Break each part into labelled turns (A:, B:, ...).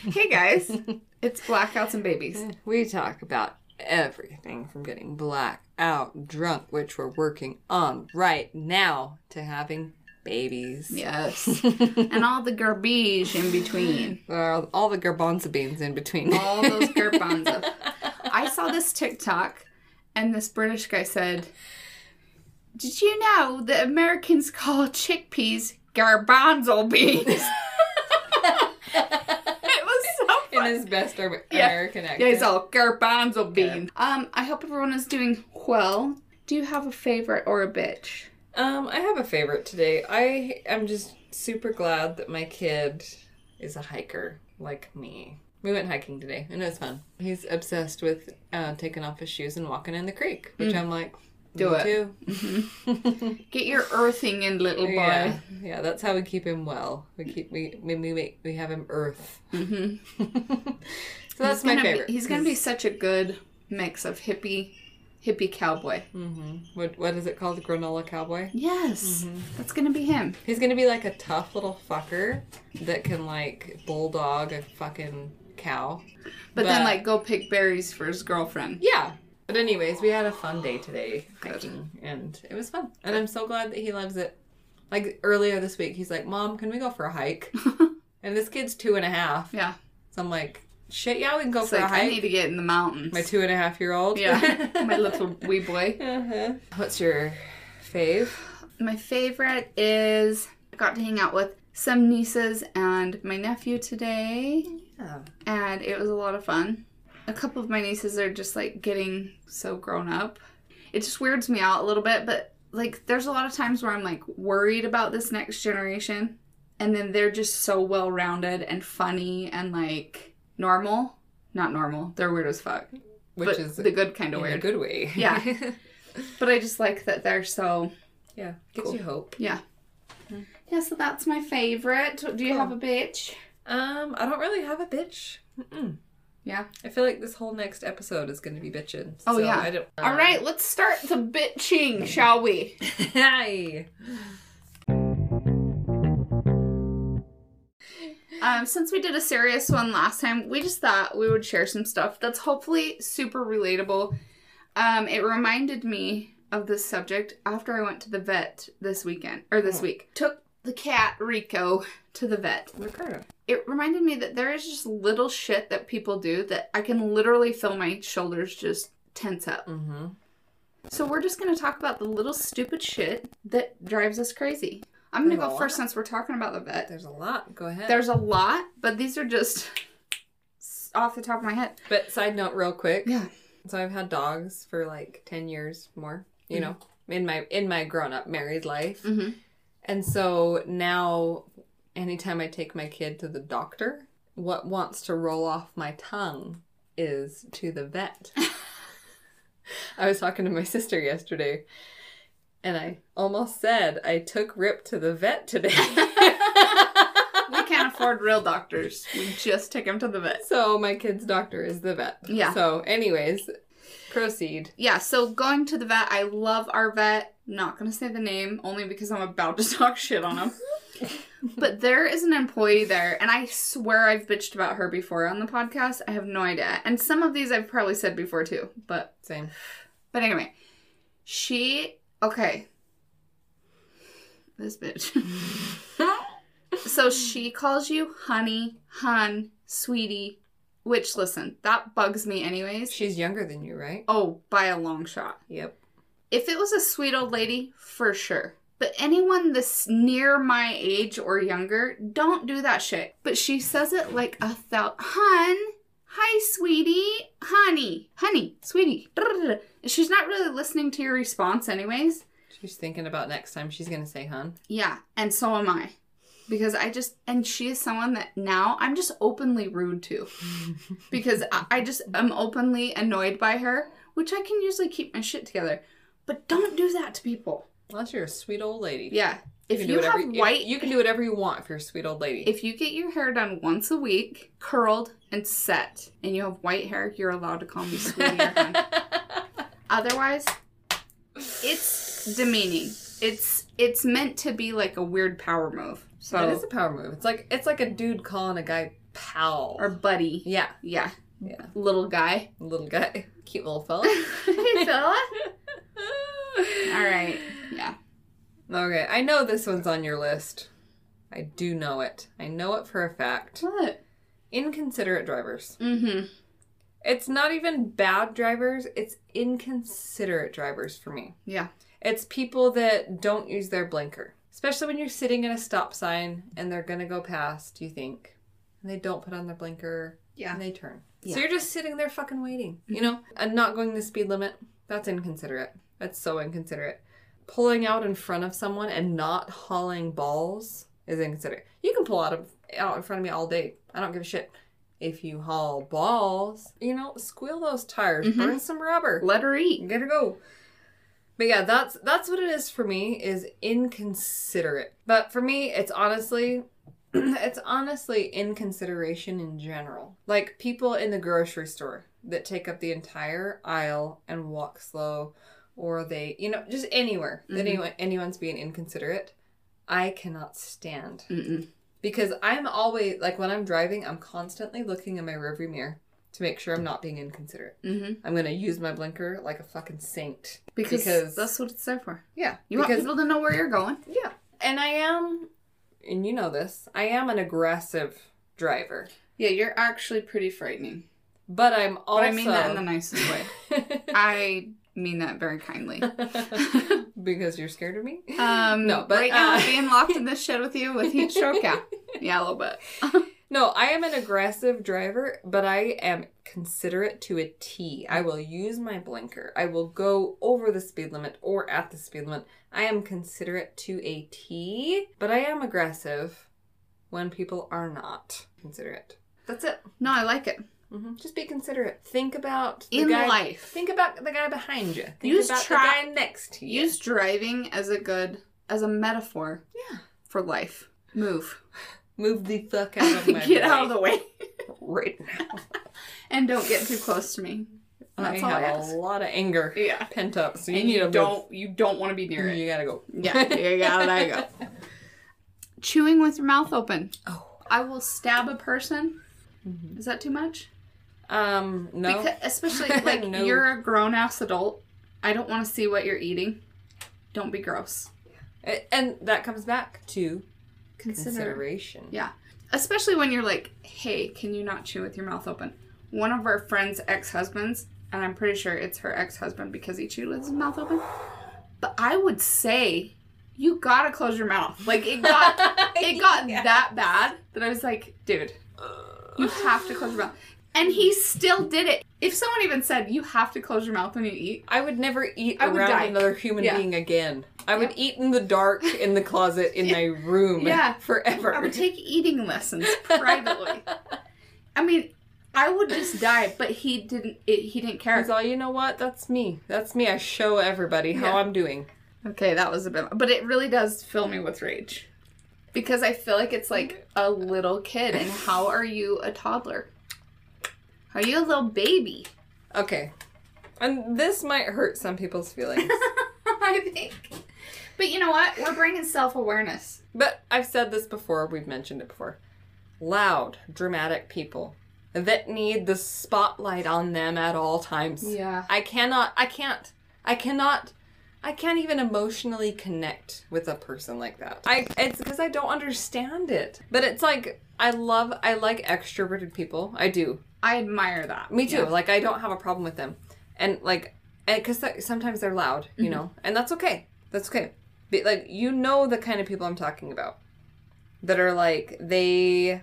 A: Hey guys, it's blackouts and babies.
B: We talk about everything from getting blackout drunk, which we're working on right now, to having babies.
A: Yes. and all the garbage in between.
B: All, all the garbanzo beans in between.
A: All those garbanzo. I saw this TikTok and this British guy said, Did you know that Americans call chickpeas garbanzo beans? it was so
B: in
A: funny.
B: his best Amer-
A: Yeah.
B: American accent.
A: Yeah, it's all garbanzo beans. Um, I hope everyone is doing well. Do you have a favorite or a bitch?
B: Um, I have a favorite today. I am just super glad that my kid is a hiker like me. We went hiking today, and it was fun. He's obsessed with uh, taking off his shoes and walking in the creek, which I'm like,
A: Mm. Do
B: me
A: it.
B: too.
A: Get your earthing in, little boy.
B: Yeah, yeah. That's how we keep him well. We keep we we we, make, we have him earth. Mm-hmm. so that's
A: He's
B: my
A: gonna be-
B: favorite.
A: he's gonna be such a good mix of hippie, hippie cowboy.
B: What what is it called? Granola cowboy.
A: Yes, Mm-hmm. that's gonna be him.
B: He's gonna be like a tough little fucker that can like bulldog a fucking cow.
A: But, then,
B: But-
A: like, go pick berries for his girlfriend.
B: Yeah. But anyways, we had a fun day today hiking, and it was fun. And I'm so glad that he loves it. Like earlier this week, he's like, "Mom, can we go for a hike?" and this kid's two and a half,
A: Yeah,
B: so I'm like, "Shit, yeah, we can go
A: it's
B: for
A: like
B: a hike."
A: I need to get in the mountains.
B: My two and a half year old.
A: yeah, my little wee boy.
B: uh-huh. What's your fave?
A: My favorite is I got to hang out with some nieces and my nephew today,
B: Yeah.
A: and it was a lot of fun. A couple of my nieces are just like getting so grown up. It just weirds me out a little bit, but like there's a lot of times where I'm like worried about this next generation, and then they're just so well rounded and funny and like normal. Not normal, they're weird as fuck.
B: Which
A: but
B: is
A: the good kind of
B: in a
A: weird.
B: good way.
A: Yeah. But I just like that they're so
B: yeah. Gives you hope.
A: yeah. Yeah, so that's my favorite. Do you have a bitch?
B: Um, I don't really have a bitch. Mm-mm.
A: Yeah.
B: I feel like this whole next episode is going to be bitching.
A: Oh,
B: so
A: yeah.
B: I don't.
A: All right, let's start the bitching, shall we?
B: Hi.
A: Um, since we did a serious one last time, we just thought we would share some stuff that's hopefully super relatable. Um, it reminded me of this subject after I went to the vet this weekend or this week. Took the cat Rico to the vet.
B: Ricardo.
A: It reminded me that there is just little shit that people do that I can literally feel my shoulders just tense up.
B: Mm-hmm.
A: So we're just gonna talk about the little stupid shit that drives us crazy. I'm gonna
B: There's
A: go
B: a
A: first since we're talking about the vet.
B: There's a lot. Go ahead.
A: There's a lot, but these are just s- off the top of my head.
B: But side note, real quick.
A: Yeah.
B: So I've had dogs for like ten years more. You know, in my in my grown up married life,
A: Mhm.
B: and so now, anytime I take my kid to the doctor, what wants to roll off my tongue is to the vet. I was talking to my sister yesterday, and I almost said I took Rip to the vet today.
A: We can't afford real doctors. We just take them to the vet.
B: so my kid's doctor is the vet.
A: Yeah.
B: So, anyways, proceed.
A: Yeah, so going to the vet, I love our vet. Not gonna say the name, only because I'm about to talk shit on him. but there is an employee there, and I swear I've bitched about her before on the podcast. I have no idea. And some of these I've probably said before too, but
B: Same.
A: But anyway, she okay. This bitch. so she calls you honey, hun, sweetie, which listen, that bugs me anyways.
B: She's younger than you, right?
A: Oh, by a long shot.
B: Yep.
A: If it was a sweet old lady, for sure. But anyone this near my age or younger, don't do that shit. But she says it like a thou hun, hi sweetie, honey, honey, sweetie. She's not really listening to your response anyways.
B: She's thinking about next time she's gonna say hun.
A: Yeah, and so am I. Because I just, and she is someone that now I'm just openly rude to. because I, I just am openly annoyed by her, which I can usually keep my shit together. But don't do that to people.
B: Unless you're a sweet old lady.
A: Yeah. If
B: can do
A: you
B: whatever-
A: have white,
B: you, can do whatever you want if you're a sweet old lady.
A: if you get your hair done once a week, curled and set, and you have white hair, you're allowed to call me sweetie. or hun. Otherwise, it's demeaning. It's it's meant to be like a weird power move. So
B: That is a power move. It's like it's like a dude calling a guy pal.
A: Or buddy.
B: yeah,
A: Yeah.
B: Yeah.
A: Little guy.
B: little guy. Cute little fella.
A: Hey, fella. All right. Yeah.
B: Okay, I know this one's on your list. I do know it. I know it for a fact.
A: What?
B: Inconsiderate drivers.
A: Mm-hmm.
B: It's not even bad drivers, it's inconsiderate drivers for me.
A: Yeah.
B: It's people that don't use their blinker. Especially when you're sitting at a stop sign and they're gonna go past, you think. And they don't put on their blinker
A: Yeah.
B: and they turn.
A: Yeah.
B: So you're just sitting there fucking waiting, you know? And not going the speed limit. That's inconsiderate. That's so inconsiderate. Pulling out in front of someone and not hauling balls is inconsiderate. You can pull out of out in front of me all day. I don't give a shit. If you haul balls, you know, squeal those tires,
A: Mhm.
B: burn some rubber.
A: Let her eat.
B: Get her go. But yeah, that's that's what it is for me is inconsiderate. But for me, it's honestly it's honestly inconsideration in general. Like people in the grocery store that take up the entire aisle and walk slow or they, you know, just anywhere that
A: Mhm.
B: anyone anyone's being inconsiderate, I cannot stand
A: Mm-mm.
B: because I'm always like when I'm driving, I'm constantly looking in my rearview mirror to make sure I'm not being inconsiderate.
A: Mm-hmm.
B: I'm gonna use my blinker like a fucking saint.
A: Because,
B: Because-
A: that's what it's there for.
B: Yeah,
A: You
B: because
A: want people to know where you're going.
B: yeah, and I am, and you know this. I am an aggressive driver,
A: Yeah, you're actually pretty frightening.
B: but I'm also.
A: But I mean that in the nicest way. I mean that very kindly.
B: because you're scared of me.
A: Um,
B: No, but,
A: right now
B: uh,
A: being locked in this shed with you with heat stroke, yeah, yeah, a little bit.
B: No, I am an aggressive driver, but I am considerate to a T. I will use my blinker. I will go over the speed limit or at the speed limit. I am considerate to a T, but I am aggressive when people are not considerate. That's it.
A: No, I like it.
B: hmm Just be considerate. Think about the
A: In
B: guy.
A: life,
B: Think about the guy behind you. Think
A: Use
B: about
A: try-
B: the guy next to you.
A: use driving as a good as a metaphor.
B: Yeah.
A: For life, move,
B: Move the fuck out of my
A: get out of the way,
B: the right now.
A: and don't get too close to me. That's
B: I
A: all I
B: have
A: ask.
B: a lot of anger
A: Yeah.
B: pent up, so you
A: And
B: need
A: you
B: to
A: don't you don't want to be near
B: Move.
A: it.
B: You gotta go.
A: Yeah, you gotta let it go. Chewing with your mouth open.
B: Oh.
A: I will stab a person. Is that too much?
B: Um, no.
A: Mm-hmm. Because, especially like
B: No.
A: you're a grown ass adult. I don't want to see what you're eating. Don't be gross.
B: A- and that comes back to
A: Consider.
B: consideration.
A: Yeah. Especially when you're like, hey, can you not chew with your mouth open? One of our friend's ex husbands, and I'm pretty sure it's her ex husband because he chewed with his mouth open. But I would say you gotta close your mouth. Like it got it got
B: Yeah.
A: that bad that I was like, dude, you have to close your mouth. And he still did it. If someone even said you have to close your mouth when you eat,
B: I would never eat
A: I would
B: around
A: die.
B: another human
A: Yeah.
B: being again. I would eat in the dark in the closet in my room
A: Yeah.
B: forever.
A: I would take eating lessons privately. I mean, I would just die, but he didn't. It, he didn't care.
B: Because all you know what? That's me. That's me. I show everybody how
A: Yeah.
B: I'm doing.
A: Okay, that was a bit, but it really does fill me with rage because I feel like it's like a little kid, and how are you a toddler? Are you a little baby?
B: Okay. And this might hurt some people's feelings.
A: I think. But you know what? We're bringing self awareness.
B: But I've said this before, we've mentioned it before. Loud, dramatic people that need the spotlight on them at all times.
A: Yeah.
B: I cannot, I can't, I cannot, I can't even emotionally connect with a person like that. I, it's because I don't understand it. But it's like, I love, I like extroverted people. I do.
A: I admire that.
B: Me too. Like, I don't have a problem with them. And like, because sometimes they're loud, you know, and that's okay. That's okay. But, like, you know the kind of people I'm talking about that are like, they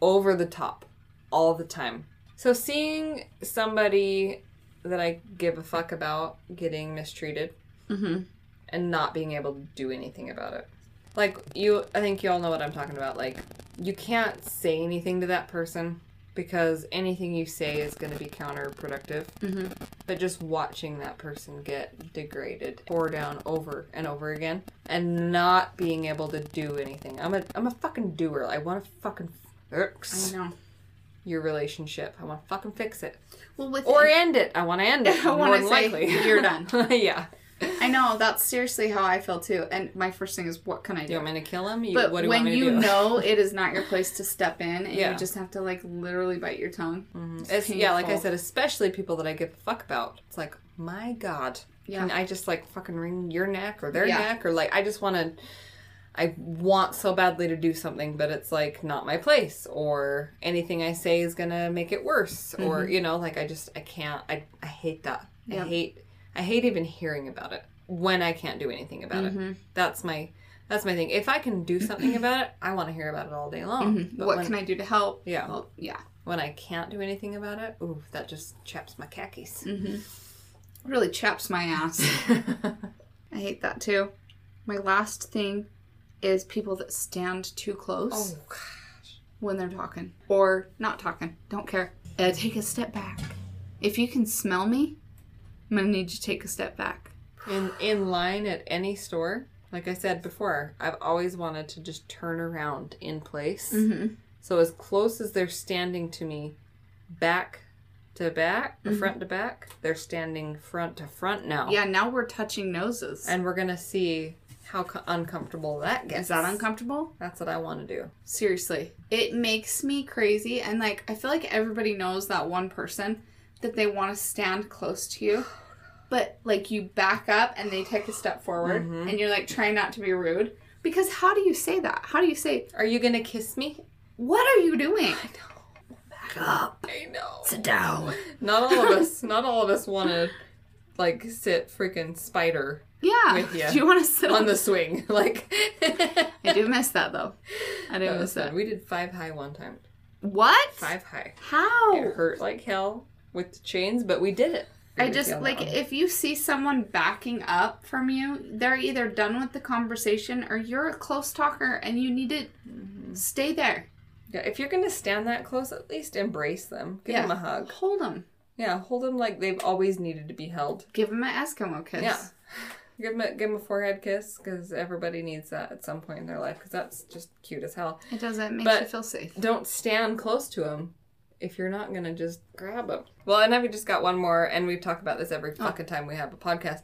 B: over the top all the time. So seeing somebody that I give a fuck about getting mistreated
A: Mm-hmm.
B: and not being able to do anything about it. Like you I think you all know what I'm talking about. Like you can't say anything to that person because anything you say is going to be counterproductive.
A: Mhm.
B: But just watching that person get degraded, tore down over and over again, and not being able to do anything. I'm a I'm a fucking doer. I want to fucking
A: I
B: fix
A: know.
B: your relationship. I want to fucking fix it
A: Well, with
B: or end it. I want to end it.
A: I
B: more
A: want to
B: than
A: say
B: likely.
A: you're done.
B: yeah.
A: I know that's seriously how I feel too. And my first thing is, what can I
B: Do you
A: do?
B: want me to kill him? You,
A: But
B: what do you
A: when
B: want me
A: you
B: to do?
A: know it is not your place to step in, and
B: Yeah.
A: you just have to like literally bite your tongue.
B: Mhm. It's, yeah, like I
A: painful.
B: said, especially people that I give a fuck about. It's like, my God,
A: Yeah.
B: can I just like fucking wring your neck or their
A: Yeah.
B: neck or like I just want to. I want so badly to do something, but it's like not my place, or anything I say is gonna make it worse, or
A: Mm-hmm.
B: you know, like I just I can't. I I hate that. I
A: Yep.
B: hate I hate even hearing about it when I can't do anything about
A: Mm-hmm.
B: it. That's my that's my thing. If I can do something about it, I want to hear about it all day long. But
A: Mm-hmm. What
B: when-
A: can I do to help?
B: Yeah.
A: Well, yeah.
B: when I can't do anything about it, ooh, that just chaps my khakis.
A: Really chaps my ass. I hate that too. My last thing is people that stand too
B: Oh.
A: close when they're talking or not talking. Don't care. Uh, take a step back. If you can smell me, I'm gonna need you to take a step back.
B: in in line at any store, like I said before, I've always wanted to just turn around in place.
A: Mm-hmm.
B: So as close as they're standing to me, back to back,
A: Mm-hmm.
B: or front to back, they're standing front to front now.
A: Yeah, now we're touching noses.
B: And we're gonna see how co- uncomfortable that gets.
A: is that uncomfortable?
B: That's what I want to do.
A: Seriously. It makes me crazy. And like, I feel like everybody knows that one person that they want to stand close to you. But like, you back up and they take a step forward
B: Mm-hmm.
A: and you're like, trying not to be rude. Because how do you say that? How do you say,
B: Are you gonna kiss me?
A: what are you doing?
B: Back up. I know.
A: Down.
B: Not all of us. Not all of us want to like sit freaking spider
A: Yeah.
B: With ya.
A: Do you want to sit
B: on the swing. Like
A: I do miss that though. I do
B: that was
A: miss that.
B: fun. We did five high one time.
A: What?
B: Five high.
A: How?
B: It hurt like hell with the chains, but we did it.
A: I
B: We
A: just
B: did
A: like
B: that one.
A: if you see someone backing up from you, they're either done with the conversation or you're a close talker and you need to
B: Mm-hmm.
A: stay there.
B: Yeah, if you're gonna stand that close, at least embrace them. Give
A: Yeah.
B: them a hug.
A: Hold them.
B: Yeah, hold them like they've always needed to be held.
A: Give them an Eskimo kiss.
B: Yeah. Give them, a, give them a forehead kiss because everybody needs that at some point in their life because that's just cute as hell.
A: It does. It makes
B: But-
A: you feel safe.
B: don't stand close to him if you're not gonna just grab him. Well, and I've just got one more, and we've talked about this
A: Oh.
B: every fucking time we have a podcast.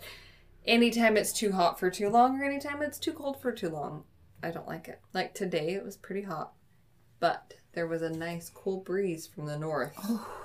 B: Anytime it's too hot for too long, or anytime it's too cold for too long, I don't like it. Like today, it was pretty hot, but there was a nice cool breeze from the north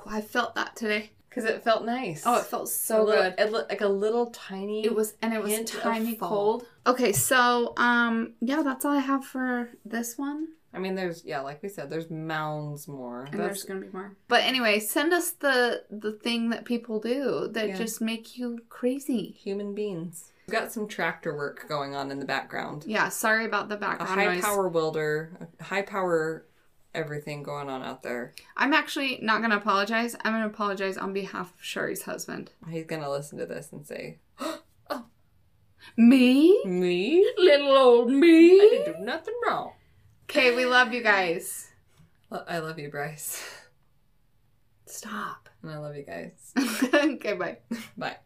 A: I felt that today.
B: because it felt nice.
A: Oh, it felt so
B: A little-
A: good.
B: It looked like a little tiny.
A: It was and it was
B: hint of
A: tiny
B: fall.
A: cold. Okay, so um yeah, that's all I have for this one.
B: I mean, there's yeah, like we said, there's mounds more.
A: And
B: That's
A: there's gonna be more. But anyway, send us the the thing that people do that
B: Yeah.
A: just make you crazy.
B: human beings. We've got some tractor work going on in the background.
A: Yeah, sorry about the
B: a
A: background
B: high
A: noise.
B: power welder, a high power everything going on out there.
A: I'm actually not going to apologize. I'm going to apologize on behalf of Shari's husband.
B: He's gonna listen to this and say,
A: Me?
B: "Me,
A: Little old
B: I
A: me?
B: didn't do nothing wrong."
A: Okay, we love you guys.
B: Lo- I love you, Bryce,
A: Stop.
B: and I love you guys.
A: okay, bye.
B: Bye.